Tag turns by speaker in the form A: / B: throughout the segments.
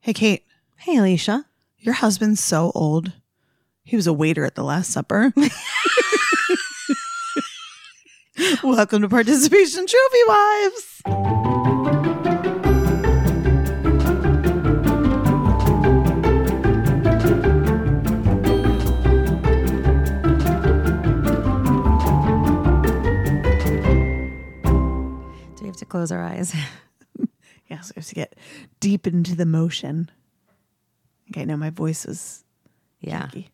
A: Hey, Kate,
B: Hey, Alicia.
A: your husband's so old. He was a waiter at the Last Supper. Welcome to Participation Trophy Wives.
B: Do we have to close our eyes?
A: Yes, we have to get deep into the motion. Okay, now my voice is
B: Yeah.
A: funky.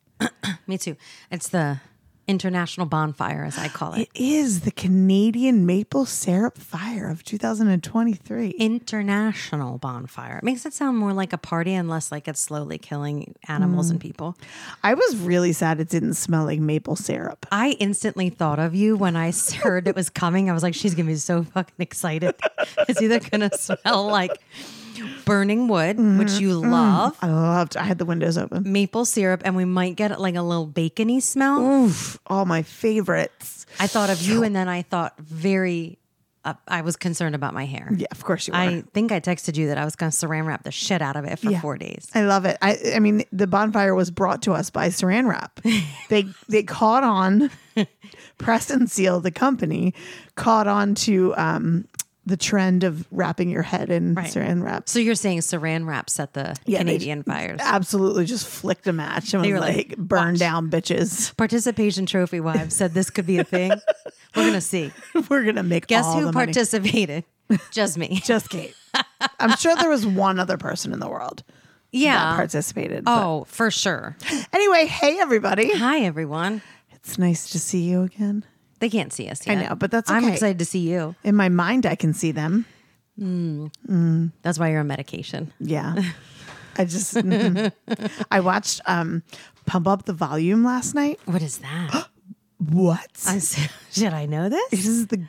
B: Me too. It's the international bonfire, as I call it.
A: It is the Canadian maple syrup fire of 2023.
B: International bonfire. It makes it sound more like a party and less like it's slowly killing animals and people.
A: I was really sad it didn't smell like maple syrup.
B: I instantly thought of you when I heard it was coming. I was like, she's going to be so fucking excited. It's either going to smell like burning wood, which you love,
A: I loved I had the windows open.
B: maple syrup, and we might get like a little bacony smell.
A: Oof, all my favorites.
B: I thought of you, and then I thought very. Uh, I was concerned about my hair.
A: Yeah, of course you were.
B: I think I texted you that I was going to saran wrap the shit out of it for
A: Yeah.
B: four days.
A: I love it. I I mean, the bonfire was brought to us by Saran Wrap. they they caught on, pressed and sealed. The company caught on to um, the trend of wrapping your head in Saran Wrap.
B: So you're saying saran wrap set the
A: Yeah, they-
B: Canadian fires?
A: Absolutely, just flicked a match and was
B: were like,
A: like, "Burn down, bitches!
B: Participation trophy wives said this could be a thing. We're gonna see.
A: We're gonna make
B: Guess
A: all
B: who
A: the money."
B: participated? Just me.
A: Just Kate. I'm sure there was one other person in the world that
B: yeah.
A: participated. but-
B: Oh, for sure.
A: anyway, hey everybody,
B: Hi everyone.
A: it's nice to see you again.
B: They can't see us
A: I
B: yet.
A: know, but that's
B: I'm
A: okay.
B: excited to see you.
A: In my mind, I can see them.
B: That's why you're on medication.
A: Yeah. I just mhm. I watched um Pump Up the Volume last night.
B: What is that?
A: What?
B: I'm so, should I know this?
A: this is the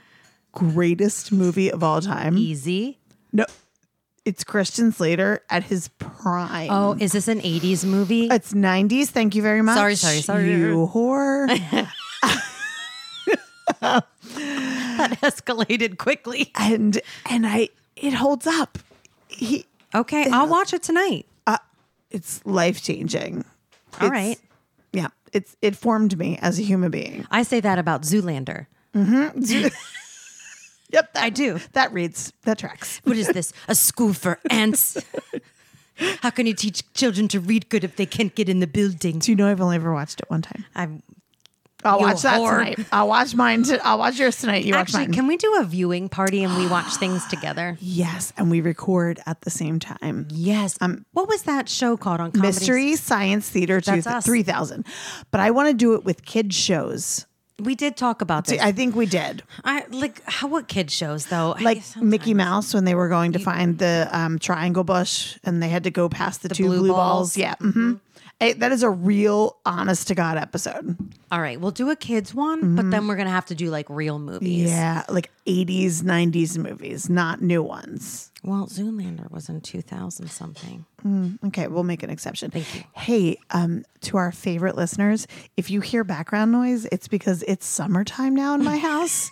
A: greatest movie of all
B: E-
A: time.
B: Easy.
A: No. It's Christian Slater at his prime.
B: Oh, is this an 80s movie?
A: It's 90s. Thank you very much.
B: Sorry, sorry, sorry.
A: You whore.
B: that escalated quickly.
A: and and I it holds up. He
B: Okay, I'll watch it tonight.
A: it's life changing.
B: All right.
A: Yeah. It's it formed me as a human being.
B: I say that about Zoolander.
A: Yep. That,
B: I do.
A: That reads. That tracks.
B: What is this? A school for ants? How can you teach children to read good if they can't get in the building?
A: Do you know I've only ever watched it one time?
B: I'm
A: I'll
B: You
A: watch that
B: whore.
A: tonight. I'll watch mine. T- I'll watch yours tonight. You watch
B: actually.
A: mine.
B: Can we do a viewing party and we watch things together?
A: yes, and we record at the same time.
B: Yes. Um, what was that show called on Comedy?
A: Mystery Science Theater two,
B: That's us.
A: three thousand, but I want to do it with kids shows.
B: We did talk about this.
A: I think we did,
B: I like how what kid shows though. I-
A: like Mickey Mouse when they were going to find the um, triangle bush and they had to go past the, two
B: blue
A: blue,
B: balls.
A: balls. Yeah, hmm Eh, that is a real honest to god episode.
B: all right, we'll do a kids one, but then we're gonna have to do like real movies.
A: Yeah, like eighties, nineties movies, not new ones.
B: Well, Zoolander was in two thousand something.
A: Okay, we'll make an exception. Thank you. Hey, um, to our favorite listeners, if you hear background noise, it's because it's summertime now in my house,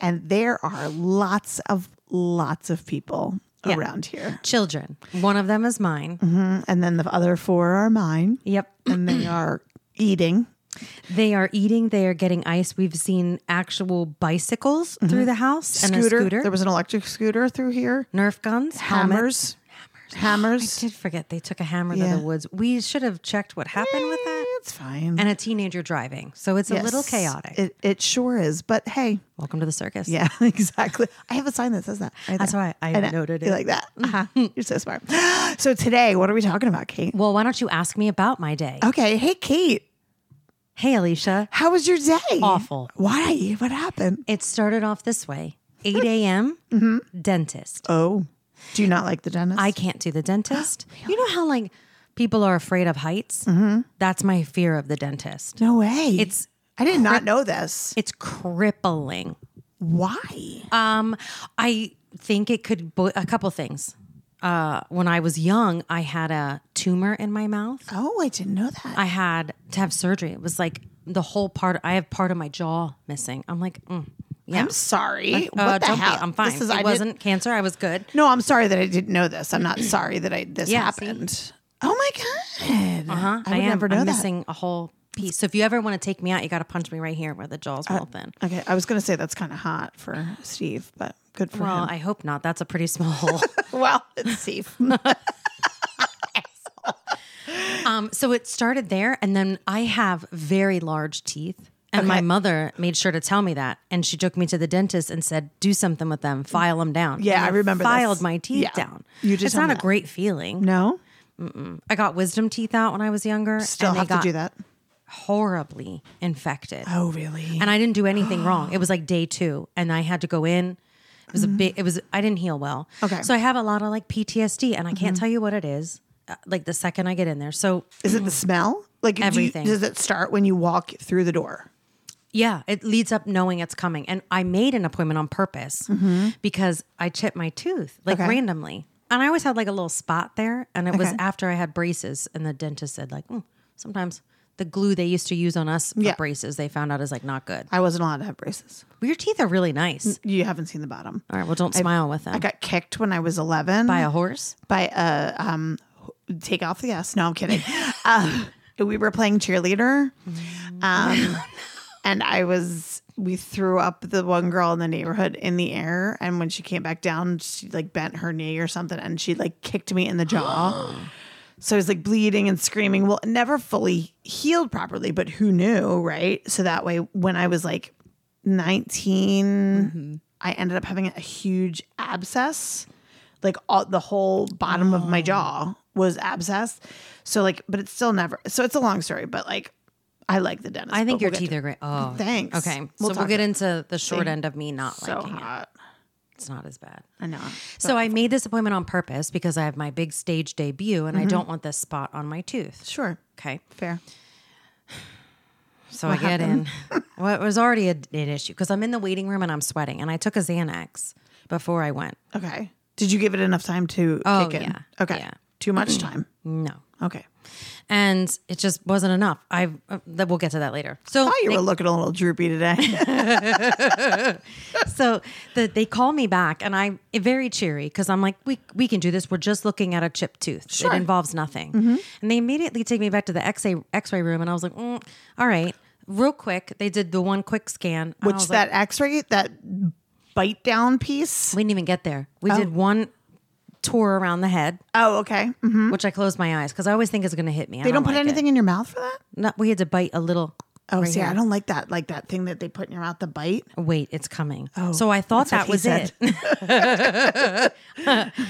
A: and there are lots of lots of people around here.
B: Children. One of them is mine.
A: And then the other four are mine,
B: Yep.
A: and they are eating.
B: They are eating. They are getting ice. We've seen actual bicycles
A: Mm-hmm.
B: through the house and a scooter,
A: There was an electric scooter through here.
B: Nerf guns, helmets.
A: Hammers. Hammers.
B: I did forget they took a hammer
A: Yeah.
B: to the woods. We should have checked what happened with that.
A: It's fine.
B: And a teenager driving, so it's a little
A: Yes,
B: chaotic.
A: It, it sure is. But hey,
B: Welcome to the circus.
A: Yeah, exactly. I have a sign that says that. right
B: That's
A: there.
B: why I
A: know.
B: noted
A: You
B: it. Mm-hmm.
A: like that? Uh-huh. You're so smart. So today, what are we talking about, Kate?
B: Well, why don't you ask me about my day?
A: Okay, hey Kate,
B: Hey, Alicia.
A: how was your day?
B: Awful.
A: Why? What happened?
B: It started off this way: 8 a.m.
A: Mm-hmm.
B: dentist.
A: Oh, do you not like the dentist?
B: I can't do the dentist. You know how like people are afraid of heights? Mm-hmm. That's my fear of the dentist.
A: no way.
B: It's
A: I did not know this.
B: it's crippling.
A: Why?
B: Um, I think it could bo- a couple things. Uh, when I was young, I had a tumor in my mouth.
A: Oh, I didn't know that.
B: I had to have surgery. It was like the whole part. I have part of my jaw missing. I'm like, mm, Yeah.
A: I'm sorry. what
B: Uh,
A: the
B: don't
A: hell?
B: be. I'm fine.
A: This is,
B: it
A: I
B: wasn't
A: wasn't.
B: cancer. I was good.
A: No, I'm sorry that I didn't know this. I'm not sorry that I this
B: Yeah, see?
A: happened. Oh my god.
B: Uh-huh.
A: I would
B: am.
A: never know
B: I'm
A: that.
B: missing a whole piece. So if you ever want to take me out, you got to punch me right here where the jaw's
A: Uh,
B: real thin.
A: Okay, I was gonna say that's kind of hot for Steve, but good for
B: Well,
A: him.
B: I hope not. That's a pretty small hole.
A: well, it's safe.
B: Um, so it started there, and then I have very large teeth. And my mother made sure to tell me that. And she took me to the dentist and said, "Do something with them. File them down."
A: Yeah,
B: And
A: I remember this.
B: Filed my teeth
A: Yeah.
B: down.
A: You just
B: it's
A: told
B: not
A: me
B: a
A: that.
B: great feeling.
A: no,
B: I got wisdom teeth out when I was younger.
A: still
B: and they
A: have to
B: got
A: do that.
B: Horribly infected.
A: Oh, really?
B: and I didn't do anything wrong. It was like day two, and I had to go in. It was a big. It was I didn't heal well.
A: Mm-hmm. Okay. Mm-hmm.
B: so I have a lot of like PTSD, and I can't tell you what it is. uh, Like the second I get in there, so
A: Is it the smell? Like do you-
B: Everything.
A: does it start when you walk through the door?
B: yeah, it leads up knowing it's coming. And I made an appointment on purpose because I chipped my tooth like
A: Mm-hmm. Okay.
B: randomly, and I always had like a little spot there, and it was
A: Okay.
B: after I had braces, and the dentist said like "Mm, sometimes. The glue they used to use on us for
A: Yeah.
B: braces, they found out is like not good.
A: I wasn't allowed to have braces.
B: Well, Your teeth are really nice.
A: You haven't seen the bottom.
B: All right, well, don't smile with them.
A: Mm, I got kicked when I was 11
B: Buy a horse.
A: by a um take off the s no i'm kidding uh, we were playing cheerleader um and i was we threw up the one girl in the neighborhood in the air and when she came back down she like bent her knee or something and she like kicked me in the jaw so i was like bleeding and screaming well it never fully healed properly but who knew right so that way when i was like 19
B: Mm-hmm.
A: i ended up having a huge abscess like all the whole bottom of
B: Oh.
A: my jaw was abscessed. So like, but it's still never. So it's a long story, but like, I like the dentist.
B: I think
A: but
B: your
A: we'll get
B: teeth
A: to-
B: are great. Oh,
A: Thanks.
B: Okay,
A: We'll
B: so
A: talk
B: we'll get into the short end of me not
A: so
B: liking it.
A: hot.
B: It's not as bad.
A: I know.
B: So I made this appointment on purpose because I have my big stage debut and I
A: Mm-hmm.
B: don't want this spot on my tooth.
A: Sure.
B: Okay,
A: Fair.
B: so I get in. well, it was already a, an issue because I'm in the waiting room and I'm sweating, and I took a Xanax before I went.
A: Okay. Did you give it enough time to
B: Oh,
A: kick in?
B: yeah.
A: Okay.
B: Yeah.
A: Too much time.
B: No,
A: Okay.
B: and it just wasn't enough. I uh, that- we'll get to that later. So
A: Thought you
B: they-
A: were looking a little droopy today.
B: so the, they call me back and I'm very cheery because I'm like, we, we can do this. We're just looking at a chipped tooth. It involves nothing. And they immediately take me back to the X-ray, X-ray room and I was like, mm, all right. Real quick, they did the one quick scan. and I
A: Which
B: was
A: that X-ray, that bite down piece.
B: like, we didn't even get there. We did one tour around the head,
A: Oh, okay. Mhm.
B: which I closed my eyes because Mm-hmm. I always think it's going to hit me.
A: They don't, put anything in your mouth for that.
B: No, we had to bite a little.
A: Oh, see, I don't like that. Like that thing that they put in your mouth, the bite.
B: Wait, it's coming. so I thought
A: Oh, that's
B: that
A: what he
B: was
A: said.
B: it.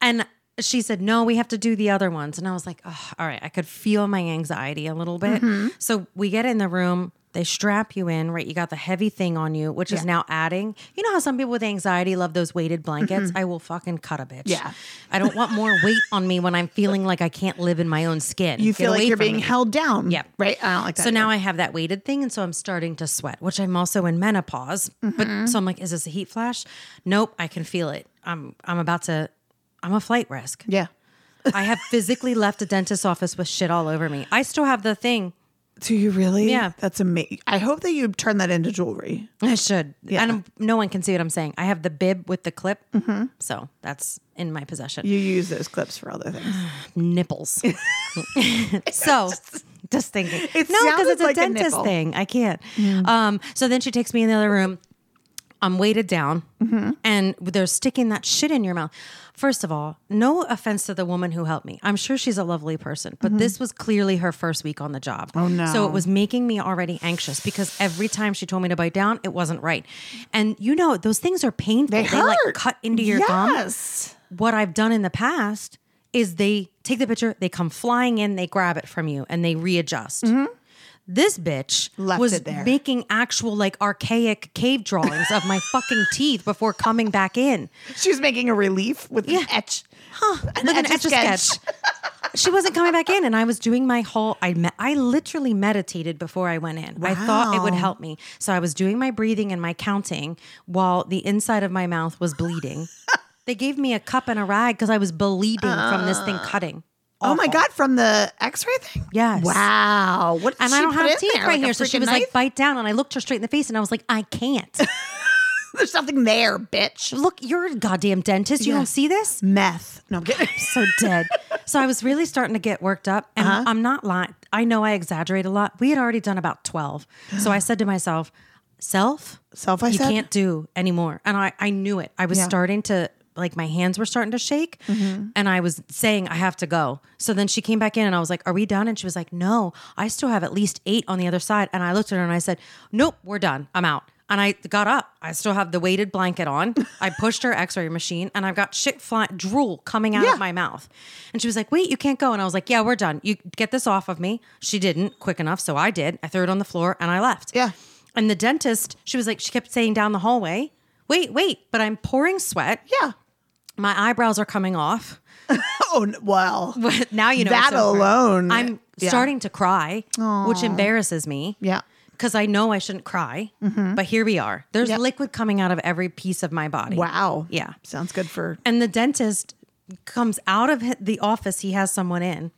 B: And she said, No, we have to do the other ones. And I was like, oh, All right, I could feel my anxiety a little bit.
A: Mm-hmm.
B: So we get in the room, they strap you in, right? You got the heavy thing on you, which is now adding. You know how some people with anxiety love those weighted blankets? I will fucking cut a bitch.
A: Mm-hmm. Yeah.
B: I don't want more weight on me when I'm feeling like I can't live in my own skin.
A: You
B: Get
A: feel like
B: away
A: you're
B: from
A: being
B: me.
A: held down.
B: Yep.
A: Right. I don't like that.
B: So now I have that weighted thing, and so I'm starting to sweat, which I'm also in menopause. But so I'm like, is this a heat flash? Nope, I can feel it. I'm I'm about to. I'm a flight risk.
A: Yeah.
B: I have physically left a dentist's office with shit all over me. I still have the thing.
A: Do you really?
B: Yeah.
A: That's amazing. I hope that you turn that into jewelry.
B: I should. And I'm- no one can see what I'm saying. I have the bib with the clip. So that's in my possession.
A: You use those clips for other things.
B: Nipples. so just thinking.
A: It
B: no, because
A: sounded
B: it's a
A: like a
B: dentist
A: nipple.
B: thing. I can't. Um, so then she takes me in the other room. I'm weighted down
A: Mm-hmm.
B: and they're sticking that shit in your mouth. First of all, no offense to the woman who helped me. I'm sure she's a lovely person, but this was clearly her first week on the job. Oh
A: Mm-hmm. no.
B: So it was making me already anxious because every time she told me to bite down, it wasn't right. And you know, those things are painful. They, like
A: hurt.
B: cut into your gum
A: yes.
B: what I've done in the past is they take the picture, they come flying in, they grab it from you, and they readjust. This bitch
A: Mm-hmm. Left
B: was
A: it there.
B: making actual like archaic cave drawings of my fucking teeth before coming back in.
A: She was making a relief with an etch. Huh. An
B: With an
A: etch a
B: Etch-a-Sketch.
A: sketch.
B: she wasn't coming back in, and I was doing my whole. I me- I literally meditated before I went in. I thought it would help me, so I was doing my breathing and my counting while the inside of my mouth was bleeding. they gave me a cup and a rag because I was bleeding from this thing cutting.
A: Oh my God, from the x ray thing?
B: Yes.
A: Wow. What did
B: and
A: she
B: I don't
A: put
B: have
A: in
B: teeth
A: there?
B: right
A: a
B: here. So she
A: freaking
B: was like,
A: knife?
B: bite down. And I looked her straight in the face and I was like, I can't.
A: There's nothing there, bitch.
B: Look, you're a goddamn dentist. You
A: Yeah.
B: don't see this?
A: Meth. No, I'm kidding.
B: so dead. So I was really starting to get worked up. And I'm not lying. I know I exaggerate a lot. We had already done about 12. So I said to myself, self,
A: Self, I
B: you
A: said.
B: can't do anymore. And I, I knew it. I was
A: Yeah. Mm-hmm.
B: starting to, like, my hands were starting to shake. And I was saying, I have to go. So then she came back in and I was like, Are we done? And she was like, No, I still have at least eight on the other side. And I looked at her and I said, Nope, we're done. I'm out. And I got up. I still have the weighted blanket on. I pushed her x ray machine and I've got shit fly- drool coming out
A: Yeah.
B: of my mouth. And she was like, Wait, you can't go. And I was like, Yeah, we're done. You get this off of me. She didn't quick enough. So I did. I threw it on the floor and I left.
A: Yeah.
B: And the dentist, she was like, she kept saying down the hallway, wait, wait, but I'm pouring sweat.
A: Yeah.
B: My eyebrows are coming off.
A: Oh n- well.
B: But now you know
A: That
B: it's over.
A: alone.
B: I'm
A: Yeah.
B: starting to cry, which embarrasses me.
A: Yeah. Mm-hmm.
B: Because I know I shouldn't cry, but here we are. There's
A: Yeah.
B: liquid coming out of every piece of my body.
A: Wow.
B: Yeah.
A: Sounds good for.
B: And the dentist comes out of hi- the office he has someone in.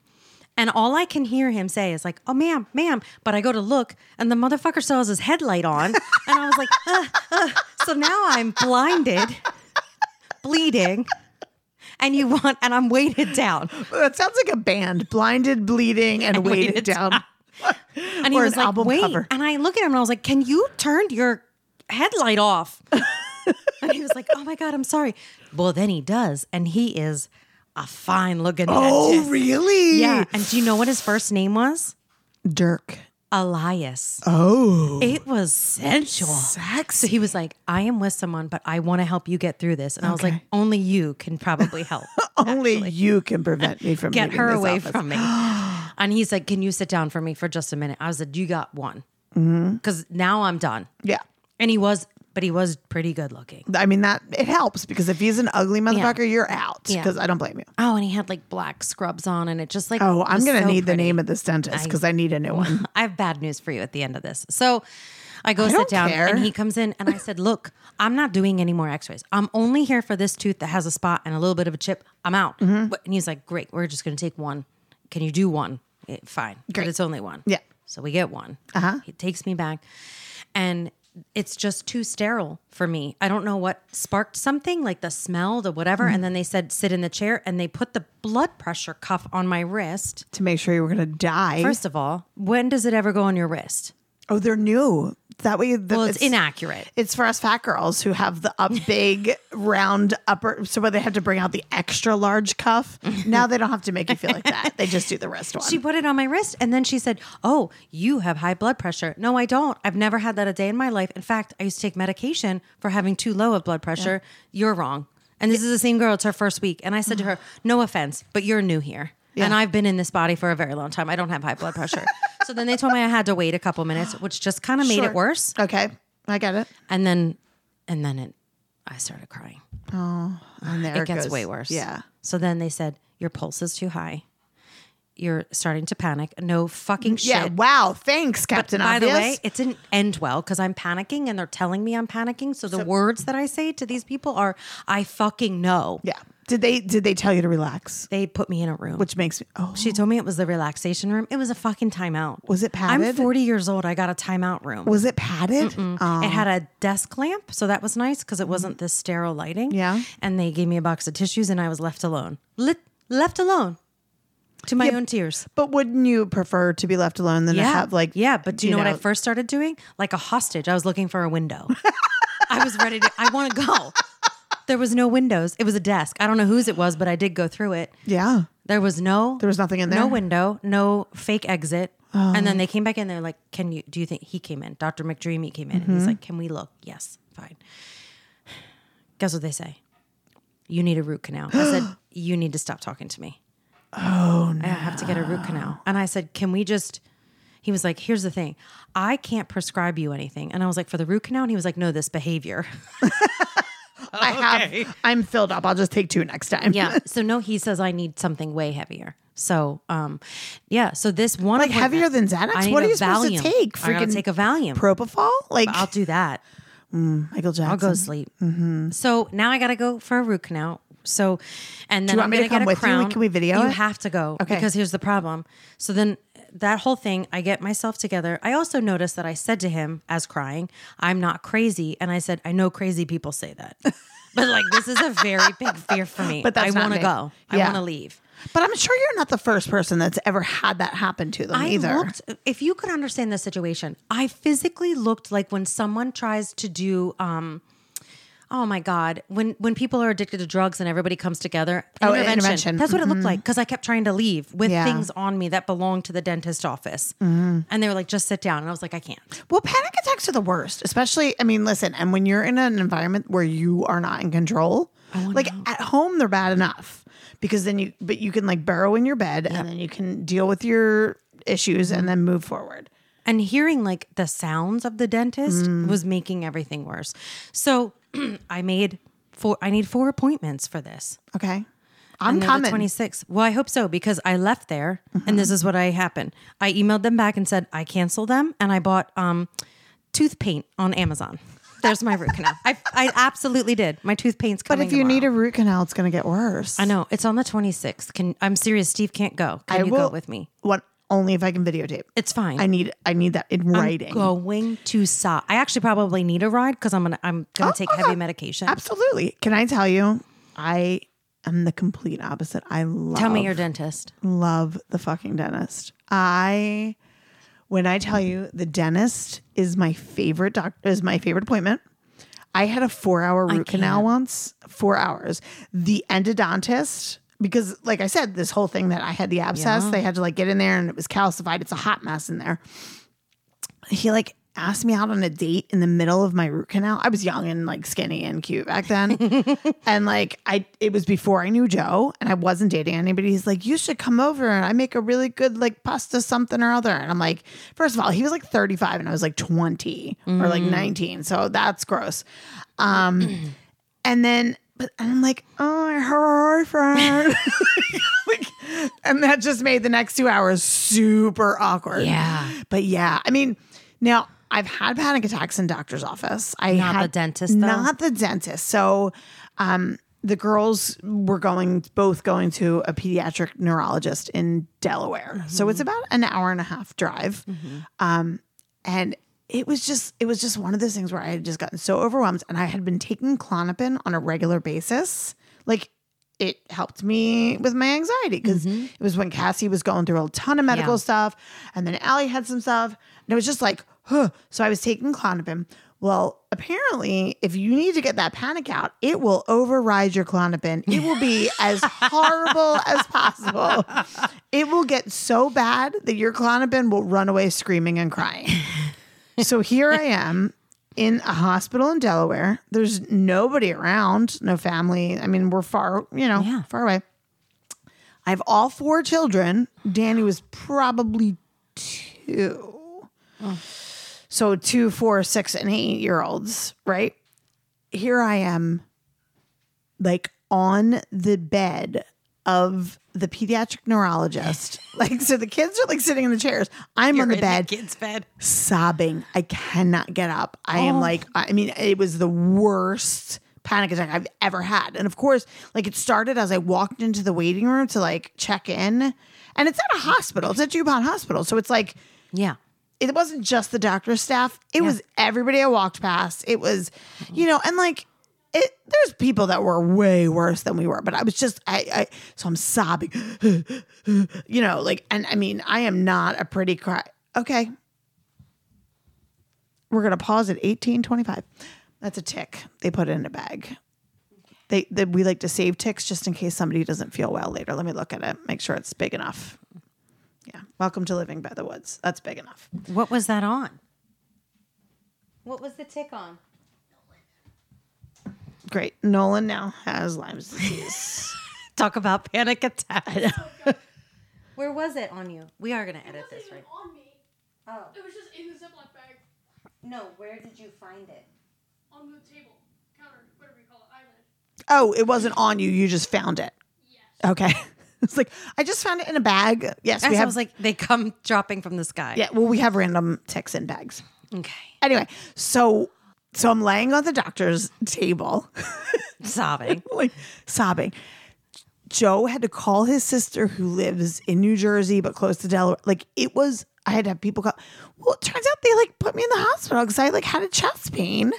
B: And all I can hear him say is like, "Oh, ma'am, ma'am." But I go to look, and the motherfucker still has his headlight on, and I was like, uh, uh. "So now I'm blinded, bleeding, and you want, and I'm weighted down."
A: That sounds like a band. Blinded, bleeding, and, weighted,
B: weighted
A: down.
B: And he
A: Or
B: was
A: an
B: like,
A: album
B: "Wait,"
A: cover.
B: and I look at him, and I was like, "Can you turn your headlight off?" and he was like, "Oh my god, I'm sorry." Well, then he does, and he is a fine looking.
A: Oh
B: dentist.
A: really?
B: Yeah. And do you know what his first name was?
A: Dirk.
B: Elias.
A: Oh.
B: It was sensual. So
A: Sexy.
B: he was like, I am with someone, but I want to help you get through this. And I was like,
A: Okay.
B: only you can probably help.
A: Only you can prevent me from
B: Get
A: leaving
B: her
A: this
B: away
A: office.
B: from me. And he's like, Can you sit down for me for just a minute? I was like, You got one. Because now I'm done.
A: Yeah.
B: And he was, but he was pretty good looking.
A: I mean that it helps because if he's an ugly motherfucker, you're out.
B: Yeah.
A: Because I don't blame you.
B: Oh, and he had like black scrubs on, and it just like,
A: Oh, I'm
B: was
A: gonna
B: so
A: need the
B: pretty.
A: name of this dentist because I need a new one.
B: I have bad news for you at the end of this. So I go
A: don't
B: sit down
A: care.
B: and he comes in and I said, Look, I'm not doing any more x rays. I'm only here for this tooth that has a spot and a little bit of a chip. I'm out.
A: Mm-hmm.
B: But- And he's like, Great, we're just going to take one. Can you do one? "Eh, fine. But
A: Great.
B: it's only one.
A: Yeah.
B: So we get one. Uh-huh. He takes me back and it's just too sterile for me. I don't know what sparked something, like the smell, the whatever.
A: Mm-hmm.
B: And then they said, sit in the chair and they put the blood pressure cuff on my wrist.
A: to make sure you were gonna die.
B: First of all, when does it ever go on your wrist?
A: oh, they're new. That way, the,
B: Well, it's, inaccurate.
A: It's for us fat girls who have the up big round upper. So when they have to bring out the extra large cuff, now they don't have to make you feel like that. They just do the wrist one.
B: She put it on my wrist and then she said, Oh, you have high blood pressure. No, I don't. I've never had that a day in my life. In fact, I used to take medication for having too low of blood pressure. You're wrong. And this is the same girl. It's her first week. And I said to her, No offense, but you're new here. And I've been in this body for a very long time. I don't have high blood pressure. so then they told me I had to wait a couple minutes, which just kind of made
A: Sure.
B: it worse.
A: Okay, I get it.
B: And then, and then it, I started crying.
A: And there
B: it gets
A: goes.
B: way worse.
A: Yeah.
B: So then they said your pulse is too high. You're starting to panic. No fucking shit.
A: Yeah. Wow. Thanks, Captain
B: By the
A: Obvious.
B: way, it didn't end well because I'm panicking and they're telling me I'm panicking. So the words that I say to these people are, "I fucking know."
A: yeah. Did they did they tell you to relax?
B: They put me in a room.
A: Which makes me oh
B: she told me it was the relaxation room. It was a fucking timeout.
A: Was it
B: I'm
A: padded?
B: 40 years old. I got a timeout room.
A: was it padded? Uh,
B: It had a desk lamp, so that was nice because it wasn't this sterile lighting.
A: Mm-hmm. Yeah.
B: And they gave me a box of tissues, and I was left alone. Lit- left alone to my own tears.
A: but wouldn't you prefer to be left alone than to have like
B: yeah but do you, know, what i
A: know-
B: first started doing like a hostage i was looking for a window i was ready to i want to go there was no windows it was a desk i don't know whose it was but i did go through it
A: Yeah.
B: there was no
A: There was nothing in there. Oh.
B: no window no fake exit and then they came back in they're like can you do you think he came in dr mcdreamy came in
A: Mm-hmm.
B: and he's like can we look yes fine guess what they say you need a root canal i said you need to stop talking to me
A: Oh,
B: I have to get a root canal. And I said, Can we just? He was like, Here's the thing. I can't prescribe you anything. And I was like, For the root canal? And he was like, No, this behavior.
A: I have. I'm filled up. I'll just take two next time.
B: Oh, Yeah. so, no, he says, I need something way heavier. So, um, yeah. So, this one
A: Like
B: appointment-
A: heavier than Xanax?
B: I need
A: What are
B: a
A: you supposed to
B: Valium.
A: take?
B: I gotta
A: Freaking
B: take a Valium.
A: Propofol, like
B: I'll do that.
A: Michael Jackson.
B: I'll go sleep.
A: Mm-hmm.
B: So now I got to go for a root canal. So, and then
A: you want
B: I'm
A: me to
B: gonna
A: come
B: get a
A: with you?
B: crown.
A: Can we video
B: You
A: it?
B: have to go
A: Okay.
B: because here's the problem. So then that whole thing, I get myself together. I also noticed that I said to him as crying, I'm not crazy. And I said, I know crazy people say that. but like, this is a very big fear for me.
A: But that's
B: I
A: not
B: want to
A: me.
B: go. I
A: Yeah.
B: want to leave.
A: But I'm sure you're not the first person that's ever had that happen to them
B: I
A: either.
B: looked, if you could understand the situation, I physically looked like when someone tries to do, um, oh my God, when, when people are addicted to drugs and everybody comes together,
A: Oh, intervention. Mm-hmm.
B: That's what it looked like. Cause I kept trying to leave with
A: Yeah. Mm-hmm.
B: things on me that belonged to the dentist office. And they were like, just sit down. And I was like, I can't.
A: Well, panic attacks are the worst, especially. I mean, listen, and when you're in an environment where you are not in control, like at home, they're bad enough because then you, but you can like burrow in your bed and then you can deal with your issues
B: Mm-hmm.
A: and then move forward.
B: and hearing like the sounds of the dentist
A: Mm.
B: was making everything worse. So I made four. I need four appointments for this.
A: Okay. I'm
B: Another
A: coming.
B: twenty six. Well, I hope so because I left there, and this is what I happened. I emailed them back and said I canceled them, and I bought um, tooth paint on Amazon. There's my root canal. I, I absolutely did. My tooth paint's
A: but
B: coming.
A: if you need
B: tomorrow.
A: a root canal, it's going to get worse.
B: I know it's on the twenty sixth. Can I'm serious? Steve can't go. Can
A: I
B: you
A: will-
B: go with me?
A: What? Only if I can videotape.
B: It's fine.
A: I need, I need that in writing.
B: going to saw. I actually probably need a ride because I'm gonna I'm gonna take
A: okay.
B: heavy medication.
A: Absolutely. Can I tell you? I am the complete opposite. I love.
B: Tell me your dentist.
A: love the fucking dentist. I when I tell you the dentist is my favorite doctor is my favorite appointment. I had a 4-hour root canal once, 4 hours. The endodontist because like I said this whole thing that I had the abscess, they had to like get in there and it was calcified. It's a hot mess in there. He like asked me out on a date in the middle of my root canal. I was young and like skinny and cute back then. And like I it was before I knew Joe and I wasn't dating anybody. He's like, You should come over and I make a really good like pasta something or other. And I'm like, first of all, he was like 35 and I was like 20 or like 19. So that's gross. Um and then but and I'm like, oh I heard from like, and that just made the next two hours super awkward.
B: Yeah.
A: But yeah, I mean, now I've had panic attacks in doctor's office. I
B: Not the
A: had,
B: dentist, though?
A: Not the dentist. So, um, the girls were going both going to a pediatric neurologist in Delaware. So
B: Mm-hmm.
A: it's about an hour and a half drive. Um, and it was just it was just one of those things where I had just gotten so overwhelmed and I had been taking clonopin on a regular basis. Like it helped me with my anxiety because it was when Cassie was going through a ton of medical
B: Yeah.
A: stuff and then Allie had some stuff. And it was just like, huh. So I was taking clonopin. Well, apparently, if you need to get that panic out, it will override your clonopin. It will be as horrible as possible. It will get so bad that your clonopin will run away screaming and crying. So here I am in a hospital in Delaware. There's nobody around, no family. I mean, we're far, you know,
B: Yeah.
A: far away. I have all four children. Danny was probably two. So two, four, six, and eight year olds, right? Here I am, like on the bed of the pediatric neurologist. like, so the kids are like sitting in the chairs. I'm on the bed
B: kids bed.
A: sobbing. I cannot get up. I am like, I mean, it was the worst panic attack I've ever had. And of course, like it started as I walked into the waiting room to like check in. And it's at a hospital, it's at Dubon Hospital. So it's like,
B: Yeah.
A: it wasn't just the doctor's staff. It was everybody I walked past. It was, you know, and like it there's people that were way worse than we were, but I was just I, I so I'm sobbing. you know, like and I mean, I am not a pretty cry. Okay. We're gonna pause at 1825. That's a tick they put in a bag. They, they we like to save ticks just in case somebody doesn't feel well later. Let me look at it, make sure it's big enough. Yeah. Welcome to living by the woods. That's big enough.
B: What was that on? What was the tick on?
A: Great. Nolan now has Lyme's disease.
B: Talk about panic attack. Where was it on you? We are gonna edit
C: wasn't
B: this,
C: even
B: right?
C: on me.
B: Oh.
C: It was just in the Ziploc bag
B: No. Where did you find it?
C: on the table, counter, whatever you call it, island.
A: oh, it wasn't on you. You just found it.
C: Yes.
A: Okay. It's like I just found it in a bag. Yes, we
B: I
A: have.
B: was like, they come dropping from the sky.
A: yeah, well, we have random ticks in bags.
B: Okay.
A: Anyway, so so I'm laying on the doctor's table,
B: Sobbing.
A: like sobbing. Joe had to call his sister who lives in New Jersey but close to Delaware. Like it was, I had to have people call. Well, it turns out they like put me in the hospital because I like had a chest pain,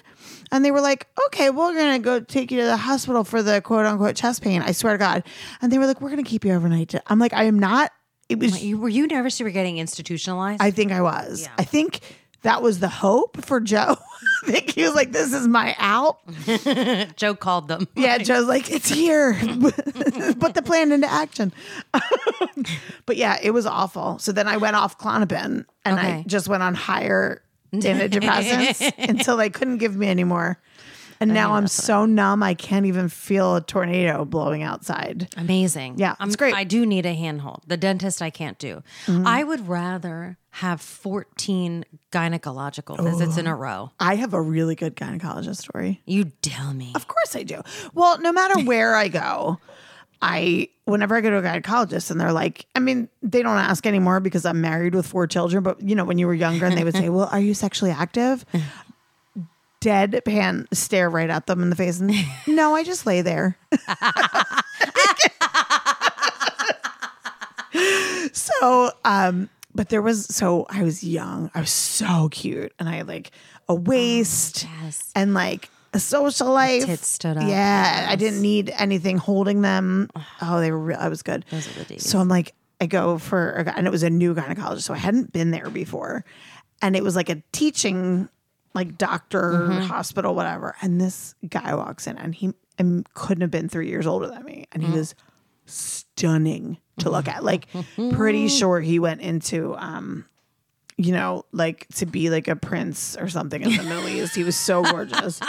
A: and they were like, "Okay, we're gonna go take you to the hospital for the quote unquote chest pain." I swear to God, and they were like, "We're gonna keep you overnight." I'm like, "I am not." It was.
B: You, were you nervous you were getting institutionalized?
A: I think I was. I think that was the hope for Joe. I think he was like, "This is my out."
B: Joe called them.
A: Yeah, Joe's like, it's here. Put the plan into action. but yeah, it was awful. So then I went off Clonopin and I
B: Okay.
A: just went on higher antidepressants until they couldn't give me anymore. And now I'm so numb, I can't even feel a tornado blowing outside.
B: Amazing.
A: Yeah,
B: I'm,
A: it's great.
B: I do need a handhold. The dentist I can't do. I would rather have 14 gynecological visits in a row.
A: I have a really good gynecologist story.
B: You tell me.
A: Of course I do. Well, no matter where I go, I whenever I go to a gynecologist and they're like, I mean, they don't ask anymore because I'm married with four children, but you know, when you were younger and they would say, Well, are you sexually active? Deadpan stare right at them in the face and no, I just lay there. so um but there was so I was young. I was so cute and I had like a waist
B: Oh, yes.
A: and like a social life.
B: tits stood up.
A: Yeah, I didn't need anything holding them. Oh, they were. Re- I was good.
B: Those are the days.
A: So I'm like, I go for, a, gy- and it was a new gynecologist, so I hadn't been there before, and it was like a teaching, like doctor,
B: Mm-hmm.
A: hospital, whatever. And this guy walks in, and he and couldn't have been three years older than me,
B: Mm.
A: and he was stunning to look at. Like, pretty sure he went into um, you know, like to be like a prince or something in the Middle East. He was so gorgeous.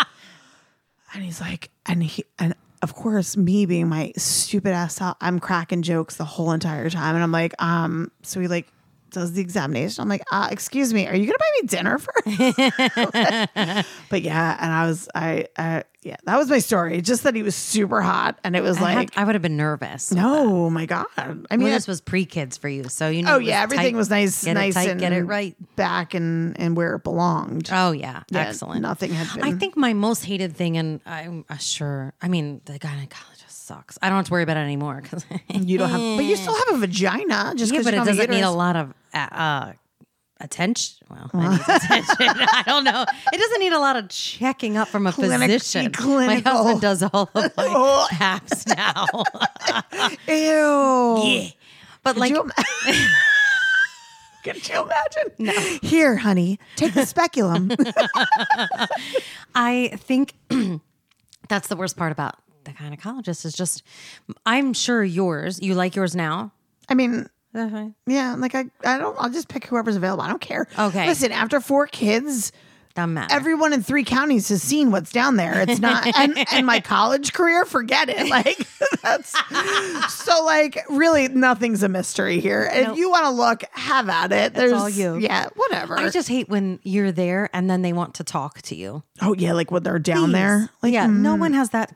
A: And he's like, and he, and of course, me being my stupid ass self, I'm cracking jokes the whole entire time. And I'm like, um, so he like does the examination. I'm like, uh, excuse me, are you gonna buy me dinner first? but yeah, and I was, I, uh, yeah, that was my story. Just that he was super hot, and it was
B: I,
A: like,
B: had- I would have been nervous.
A: no, my god. I mean,
B: Well,
A: I
B: this was pre kids for you. So, you know,
A: Oh
B: it
A: yeah, everything
B: tight.
A: was nice,
B: Get it
A: nice
B: tight,
A: and
B: get it right.
A: back and and where it belonged.
B: Oh, yeah.
A: Yeah,
B: Excellent.
A: Nothing had been.
B: I think my most hated thing, and I'm uh, sure, I mean, the gynecologist sucks. I don't have to worry about it anymore because
A: you don't have, but you still have a vagina. Just
B: Yeah,
A: because Mm-hmm. you
B: but it
A: don't have
B: doesn't need a
A: uterus.
B: lot of uh, uh, attention. Well, that needs attention. I don't know. It doesn't need a lot of checking up from a
A: Clinic-
B: physician. My
A: clinical.
B: husband does all of
A: Oh.
B: my paps now.
A: Ew.
B: Yeah. But
A: Could
B: like,
A: you ima- Could you imagine? No. Here, honey, take the speculum.
B: I think that's the worst part about the gynecologist is just, I'm sure yours, you like yours now.
A: I mean,
B: Is that right?
A: yeah, like I, I don't. I'll just pick whoever's available. I don't care.
B: Okay.
A: Listen, after four kids,
B: Doesn't matter.
A: everyone in three counties has seen what's down there. It's not, and, and my college career, forget it. Like that's so like really nothing's a mystery here. If you want to look, have at it. There's
B: all you.
A: Yeah, whatever.
B: I just hate when you're there and then they want to talk to you.
A: oh yeah, like when they're down there. Like hmm.
B: yeah, no one has that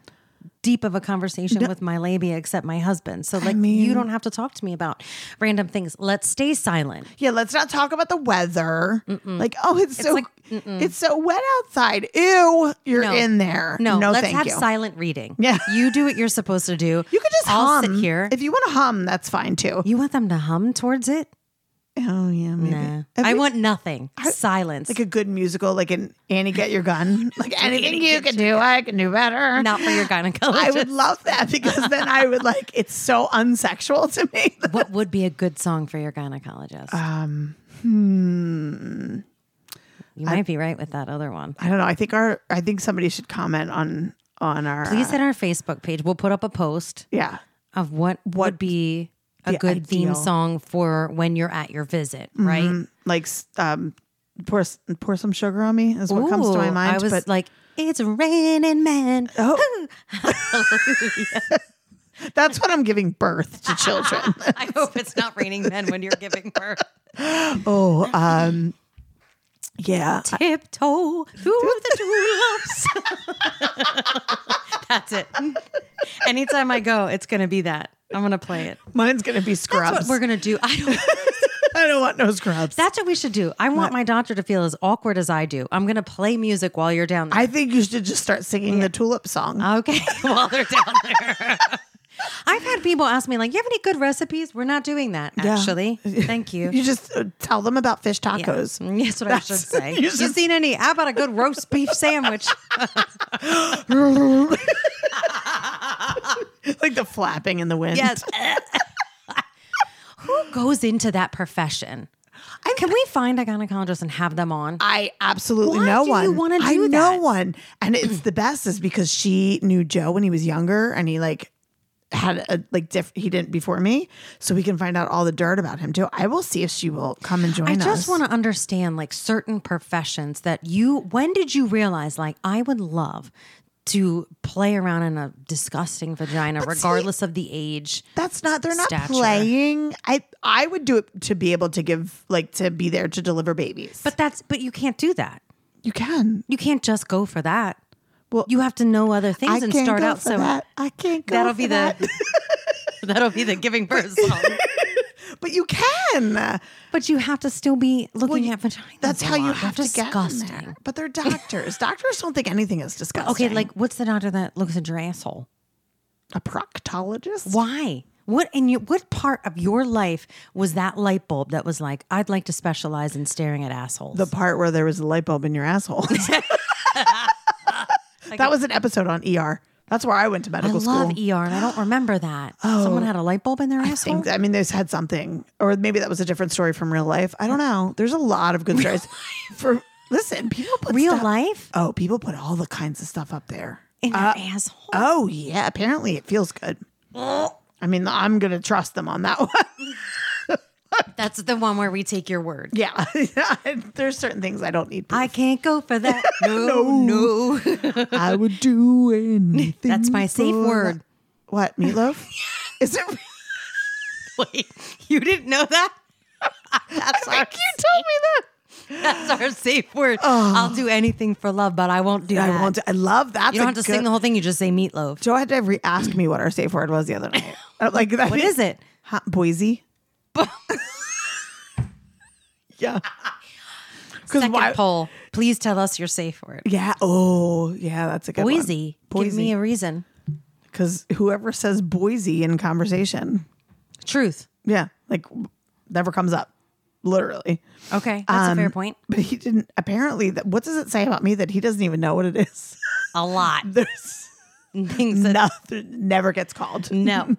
B: deep of a conversation with my labia except my husband. So like you don't have to talk to me about random things. Let's stay silent.
A: yeah, let's not talk about the weather. Like oh, it's, so
B: like,
A: it's so wet outside. Ew, you're
B: No.
A: in there.
B: No,
A: no,
B: let's
A: thank
B: have
A: you.
B: silent reading.
A: Yeah.
B: You do what you're supposed to do.
A: you could just
B: I'll
A: hum
B: sit here.
A: If you want to hum, that's fine too.
B: you want them to hum towards it?
A: Oh yeah, maybe.
B: Nah.
A: Have
B: I
A: you
B: want nothing. Silence.
A: like a good musical, like an Annie Get Your Gun. Like anything you can do, I can do better.
B: Not for your gynecologist.
A: I would love that because then I would like it's so unsexual to me.
B: what would be a good song for your gynecologist?
A: Um, hmm.
B: you might be right with that other one.
A: I don't know. I think our I think somebody should comment on on our
B: Please
A: uh,
B: hit our Facebook page. We'll put up a post
A: yeah.
B: of what, would be a
A: the
B: good
A: ideal.
B: theme song for when you're at your visit, right?
A: Mm, Like s- um pour s- pour some sugar on me is what comes to my
B: Ooh,
A: mind.
B: I was
A: but
B: like, it's raining man.
A: oh. That's when I'm giving birth to children.
B: I hope it's not raining men when you're giving birth.
A: oh, um yeah.
B: Tiptoe through the tulips. That's it. Anytime I go, it's gonna be that. I'm gonna play it.
A: Mine's going to be
B: That's
A: scrubs.
B: what we're gonna do. I don't.
A: I don't want no scrubs.
B: That's what we should do. I want my doctor to feel as awkward as I do. I'm gonna play music while you're down there. Oh,
A: I think you should just start singing the tulip song.
B: okay, while they're down there. I've had people ask me, like, you have any good recipes? We're not doing that,
A: Yeah.
B: actually. Thank you.
A: You just uh, tell them about fish
B: Yeah.
A: tacos.
B: That's what I should say.
A: you
B: You,
A: should-
B: seen any? How about a good roast beef sandwich?
A: like the flapping in the wind.
B: yes. Who goes into that profession? Can we find a gynecologist and have them on?
A: I absolutely
B: Why
A: know
B: do you
A: one.
B: wanna
A: I
B: do
A: know
B: that?
A: one, and it's the best is because she knew Joe when he was younger, and he like had a like diff. He didn't before me, so we can find out all the dirt about him too. I will see if she will come and join
B: I
A: us.
B: just want to understand like certain professions that you when did you realize like I would love to play around in a disgusting vagina regardless of the age.
A: That's not. They're not
B: Stature.
A: playing. I I would do it to be able to give like to be there to deliver babies.
B: But that's but you can't do that.
A: you can.
B: You can't just go for that.
A: Well,
B: You have to know other
A: I
B: things and
A: can't
B: start
A: go
B: out
A: for
B: so
A: that. I can't go.
B: that'll
A: for
B: be
A: that.
B: the that'll be the giving birth song.
A: But you can.
B: But you have to still be looking at vaginas.
A: That's
B: a
A: how you
B: lot.
A: have
B: They're
A: to get in
B: disgusting.
A: there. But they're doctors. doctors don't think anything is disgusting.
B: Okay, like what's the doctor that looks at your asshole?
A: a proctologist.
B: Why? What in your what part of your life was that light bulb that was like, I'd like to specialize in staring at assholes?
A: The part where there was a light bulb in your asshole. that was an episode on ER. That's where I went to
B: I
A: medical school.
B: love ER and I don't remember that. Someone had a light bulb in their asshole.
A: Things- I mean, they had something, or maybe that was a different story from real life. I don't know. There's a lot of good stories. For listen, people put
B: Real
A: stuff-
B: life?
A: Oh, people put all the kinds of stuff up there.
B: In their asshole.
A: Oh yeah, apparently it feels good.
B: Oh.
A: I mean, I'm gonna trust them on that one.
B: That's the one where we take your word.
A: yeah, there's certain things I don't need. Proof.
B: I can't go for that. No, no.
A: I would do anything.
B: That's my safe
A: for
B: word.
A: that- What meatloaf? Is it?
B: Wait, you didn't know that? That's our,
A: You told me that.
B: that's our safe word. I'll do anything for love, but I won't do that.
A: I want. To, I love that.
B: you don't have to sing the whole thing. You just say meatloaf.
A: Joe had to re- ask me what our safe word was the other night. I'm like that
B: What is it?
A: Huh, Boise. yeah. Because
B: Second
A: why?
B: poll. Please tell us your safe word.
A: yeah. Oh, yeah. That's a good one.
B: Boise. Give me a reason.
A: Because whoever says Boise in conversation,
B: Truth.
A: yeah, like w- never comes up, literally.
B: Okay, that's a fair point.
A: But he didn't. Apparently, that what does it say about me that he doesn't even know what it is?
B: A lot
A: There's
B: things that
A: nothing. Never gets called.
B: no.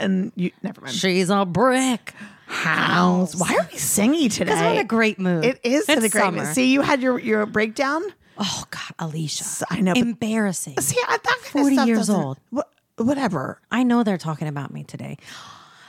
A: And you never mind.
B: She's a brick.
A: house. Why are we singy today?
B: Because we're in a great mood.
A: It is in
B: It's
A: a great mood.
B: summer.
A: See, you had your your breakdown.
B: Oh God, Alicia.
A: I know, but-
B: Embarrassing.
A: See, I thought
B: 40 years old.
A: Whatever.
B: I know they're talking about me today.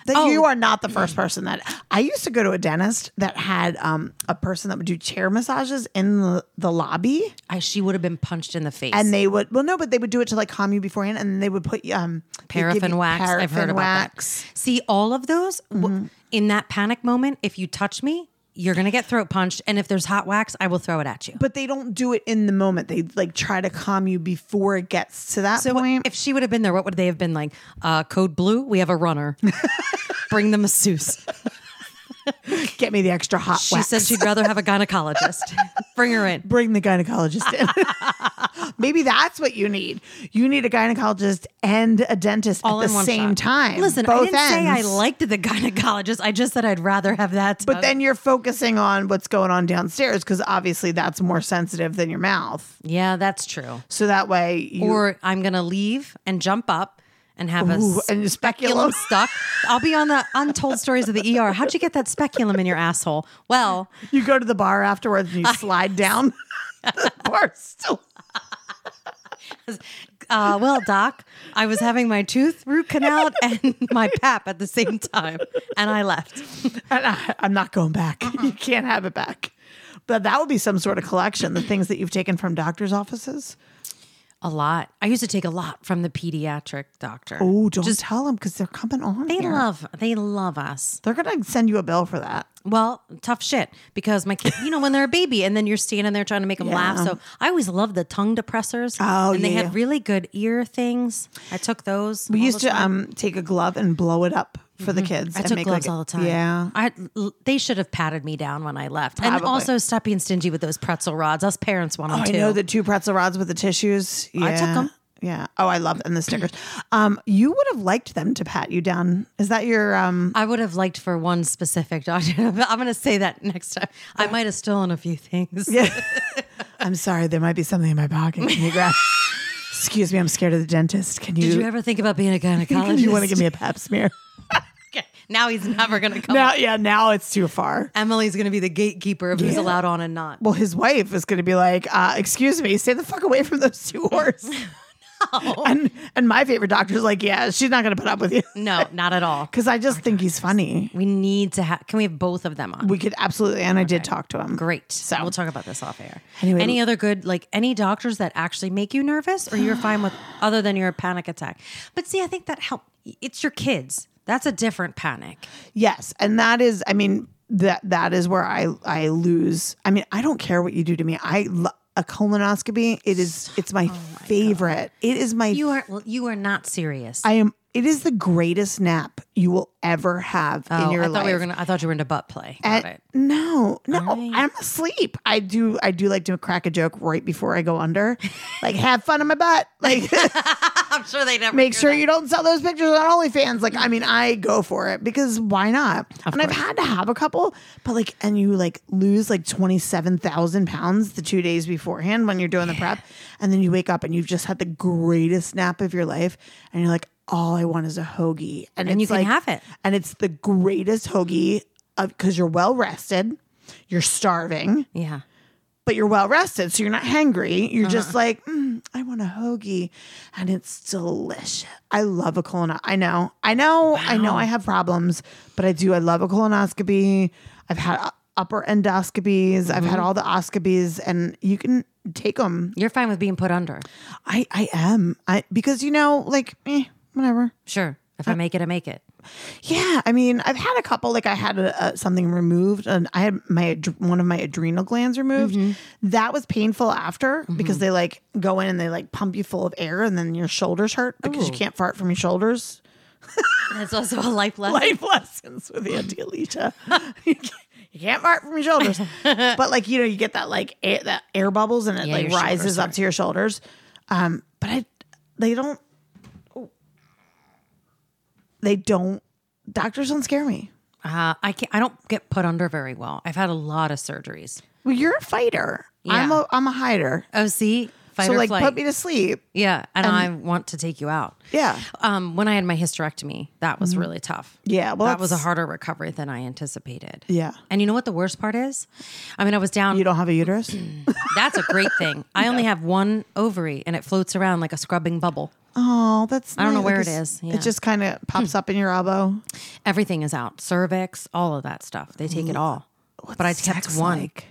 A: That
B: Oh.
A: you are not the first person that I used to go to a dentist that had um, a person that would do chair massages in the, the lobby,
B: I she would have been punched in the face.
A: and they would well no, but they would do it to like calm you beforehand, and they would put um they'd give
B: paraffin
A: you
B: wax. I've heard
A: paraffin
B: about
A: wax. Mm-hmm.
B: that. See, all of those w- in that panic moment. If you touch me, you're gonna get throat punched, and if there's hot wax, I will throw it at you.
A: But they don't do it in the moment. They like try to calm you before it gets to that
B: So what-
A: point.
B: if she would have been there, what would they have been like? Uh, code blue. We have a runner. Bring the masseuse.
A: Get me the extra hot
B: She
A: wax.
B: said she'd rather have a gynecologist. Bring her in.
A: bring the gynecologist in. Maybe that's what you need. You need a gynecologist and a dentist
B: All
A: at
B: in
A: the
B: one
A: same
B: shot.
A: time.
B: Listen, I
A: both
B: didn't say I
A: ends.
B: liked the gynecologist. I just said I'd rather have that.
A: But then you're focusing on what's going on downstairs because obviously that's more sensitive than your mouth.
B: yeah, that's true.
A: So that way you
B: Or I'm gonna leave and jump up and have
A: Ooh,
B: a
A: and your speculum.
B: speculum stuck. I'll be on the untold stories of the ER. How'd you get that speculum in your asshole? Well,
A: You go to the bar afterwards and you slide down. the bar still.
B: uh, well, doc, I was having my tooth root canal and my pap at the same time, and I left.
A: And I, I'm not going back. You can't have it back. But that would be some sort of collection, the things that you've taken from doctors' offices.
B: A lot. I used to take a lot from the pediatric doctor.
A: Oh, don't tell them because they're coming on.
B: They
A: here.
B: love. They love us.
A: They're gonna send you a bill for that.
B: Well, tough shit because my kid, you know, when they're a baby and then you're standing there trying to make them laugh. So I always loved the tongue depressors.
A: Oh,
B: and they
A: yeah,
B: had
A: yeah.
B: really good ear things. I took those.
A: We
B: all
A: used to
B: the time. Mm-hmm.
A: um take a glove and blow it up for the kids.
B: I
A: and
B: took
A: make
B: gloves
A: like a-
B: all the time.
A: Yeah.
B: I, l- they should have patted me down when I left. And
A: Probably. Oh,
B: also, stop being stingy with those pretzel rods. Us parents want them
A: I
B: too.
A: know the two pretzel rods with the tissues. Yeah.
B: I took 'em.
A: Yeah. Oh, I love and the stickers. Um, you would have liked them to pat you down. Is that your um?
B: I would have liked for one specific doctor. I'm going to say that next time. I might have stolen a few things.
A: Yeah. I'm sorry. There might be something in my pocket. Can you grab? Excuse me. I'm scared of the dentist. Can
B: Did you
A: you?
B: ever think about being a
A: Can
B: gynecologist?
A: you want to give me a pap smear?
B: Okay. Now he's never going to come.
A: Now, yeah. Now it's too far.
B: Emily's going to be the gatekeeper of who's
A: Yeah.
B: allowed on and not.
A: Well, his wife is going to be like, uh, "Excuse me, stay the fuck away from those two whores." And and my favorite doctor's like, "Yeah, she's not going to put up with you."
B: No, not at all.
A: Because I just think he's funny.
B: We need to have. Can we have both of them on?
A: We could absolutely, and I did talk to him.
B: Great. So we'll talk about this off air.
A: Anyway-
B: any other good, like any doctors that actually make you nervous or you're fine with other than your panic attack? But see, I think that help. It's your kids. That's a different panic.
A: Yes, and that is, I mean, that that is where I I lose. I mean, I don't care what you do to me. I lo- a colonoscopy. It is. It's my, favorite. It is my.
B: oh You are well, you are not serious.
A: I am. It is the greatest nap you will ever have
B: Oh,
A: in your
B: I thought
A: life.
B: we were gonna. I thought you were into butt play. Got
A: And-
B: it.
A: No, no,
B: right.
A: I'm asleep. I do, I do like to crack a joke right before I go under, like have fun in my butt, like
B: I'm sure they never
A: make
B: hear
A: sure
B: that.
A: you don't sell those pictures on OnlyFans. Like, I
B: Mm.
A: mean, I go for it because why not? and I've had to have a couple, but like, and you like lose like twenty seven thousand pounds the two days beforehand when you're doing the prep, and then you wake up and you've just had the greatest nap of your life, and you're like, all I want is a hoagie, and,
B: And you
A: it's
B: can
A: like-
B: have it.
A: and it's the greatest hoagie because you're well rested, you're starving,
B: Yeah.
A: but you're well rested, so you're not hangry. You're just like, mm, I want a hoagie, and it's delicious. I love a colonoscopy. I know, I know, I know. I have problems, but I do. I love a colonoscopy. I've had u- upper endoscopies. I've had all the oscopies, and you can take them.
B: You're fine with being put under.
A: I I am. I because you know, like, eh, whatever.
B: Sure. If I make it, I make it.
A: Yeah, I mean, I've had a couple. Like, I had a, a, something removed, and I had my ad- one of my adrenal glands removed.
B: Mm-hmm.
A: That was painful after because they like go in and they like pump you full of air, and then your shoulders hurt because you can't fart from your shoulders.
B: That's also a life lesson.
A: Life lessons with Auntie Alicia. you can't- you can't fart from your shoulders, but like you know, you get that like air, that air bubbles, and it
B: Yeah,
A: like
B: your shoulders
A: rises up
B: hurt.
A: to your shoulders. Um, but I, they don't. oh. they don't. Doctors don't scare me.
B: Uh, I can't, I don't get put under very well. I've had a lot of surgeries.
A: Well, you're a fighter. I'm
B: Yeah.
A: a I'm a hider.
B: Oh, see, fight
A: so
B: or
A: like
B: flight.
A: put me to sleep.
B: yeah, and I want to take you out.
A: Yeah.
B: Um, when I had my hysterectomy, that was really tough.
A: Mm-hmm. Yeah, well,
B: that was a
A: that's-
B: harder recovery than I anticipated.
A: Yeah.
B: And you know what the worst part is? I mean, I was down.
A: You don't have a uterus?
B: That's a great thing. I only have one ovary, and it floats around like a scrubbing bubble.
A: oh, that's I
B: don't know where it is. Yeah.
A: It just kind of pops up in your elbow.
B: Everything is out, cervix, all of that stuff. They take it all. but I kept
A: sex
B: one.
A: like?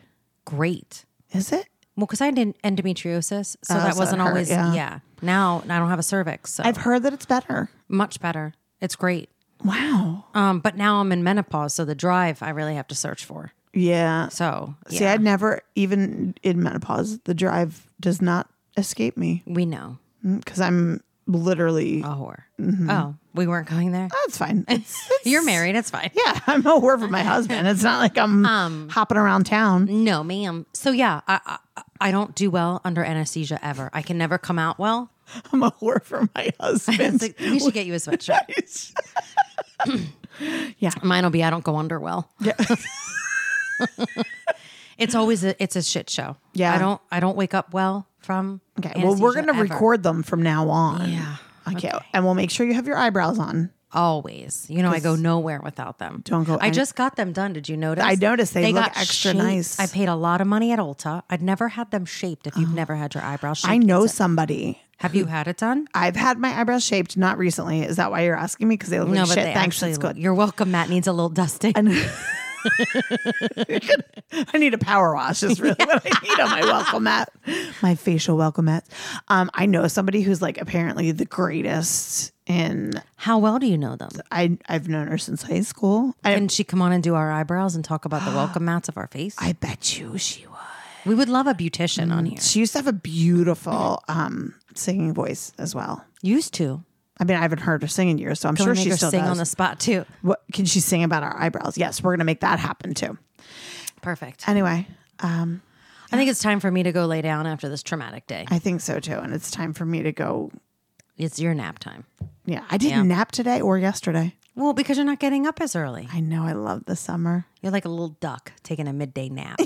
B: Great.
A: Is it?
B: Well, because I had en- endometriosis, so
A: Oh,
B: that
A: so it
B: wasn't
A: hurt,
B: always.
A: yeah.
B: Yeah. Now I don't have a cervix, so
A: I've heard that it's better.
B: much better. It's great.
A: Wow.
B: Um, but now I'm in menopause, so the drive I really have to search for.
A: Yeah.
B: So yeah,
A: See, I'd never even in menopause, the drive does not escape me
B: we know
A: because I'm literally.
B: a whore. Oh, we weren't going there.
A: Mm-hmm. Oh, That's fine. It's, it's-
B: You're married. It's fine.
A: yeah, I'm a whore for my husband. It's not like I'm
B: Um.
A: hopping around town.
B: No, ma'am. So yeah, I, I I don't do well under anesthesia ever. I can never come out well.
A: I'm a whore for my husband.
B: It's like, we should get you a sweatshirt. Mine will be I don't go under well.
A: Yeah.
B: It's always a it's a shit show.
A: Yeah.
B: I don't I don't wake up well from.
A: Okay. Well, we're going to
B: anesthesia ever.
A: record them from now on.
B: Yeah.
A: Okay. And we'll make sure you have your eyebrows on.
B: always. You know, I go nowhere without them.
A: Don't go
B: I
A: any-
B: just got them done. Did you notice?
A: I noticed they look extra nice. Oh.
B: I paid a lot of money at Ulta. I'd never had them shaped. If you've never had your eyebrows shaped,
A: I know somebody.
B: Have you had it done?
A: I've had my eyebrows shaped, not recently. Is that why you're asking me? Because they look
B: no,
A: like
B: but
A: shit.
B: they
A: Thanks.
B: actually.
A: That's good.
B: You're welcome. Matt needs a little dusting.
A: I need a power wash. Is really what I need on my welcome mat, my facial welcome mat. Um, I know somebody who's like apparently the greatest in.
B: How well do you know them?
A: I I've known her since high school. I,
B: Can she come on and do our eyebrows and talk about the welcome mats of our face?
A: I Mm. bet you she was.
B: we would love a beautician on here.
A: She used to have a beautiful um singing voice as well.
B: Used to.
A: I mean, I haven't heard her sing in years, so I'm
B: Can
A: sure
B: we make
A: she
B: her
A: still
B: sing
A: does.
B: on the spot too.
A: What can she sing about our eyebrows? Yes, we're gonna make that happen too.
B: Perfect.
A: Anyway, um,
B: I think it's time for me to go lay down after this traumatic day.
A: I think so too. And it's time for me to go.
B: It's your nap time.
A: Yeah, I didn't nap today or yesterday.
B: Well, because you're not getting up as early.
A: I know I love the summer.
B: You're like a little duck taking a midday nap.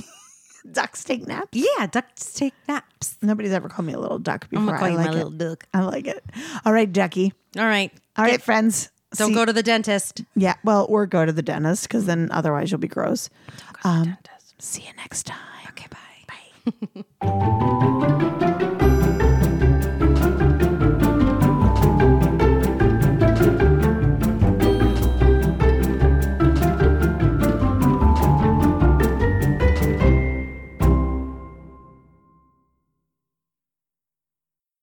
A: Ducks take naps.
B: yeah, ducks take naps.
A: Nobody's ever called me a little duck
B: I'm
A: before.
B: gonna call
A: I
B: you
A: like
B: my
A: it.
B: little duck.
A: I like it. All right, Ducky.
B: All right.
A: All right, friends.
B: Don't
A: See-
B: go to the dentist.
A: Yeah, well, or go to the dentist because then otherwise you'll be gross. um, See you next time.
B: Okay, bye. Bye.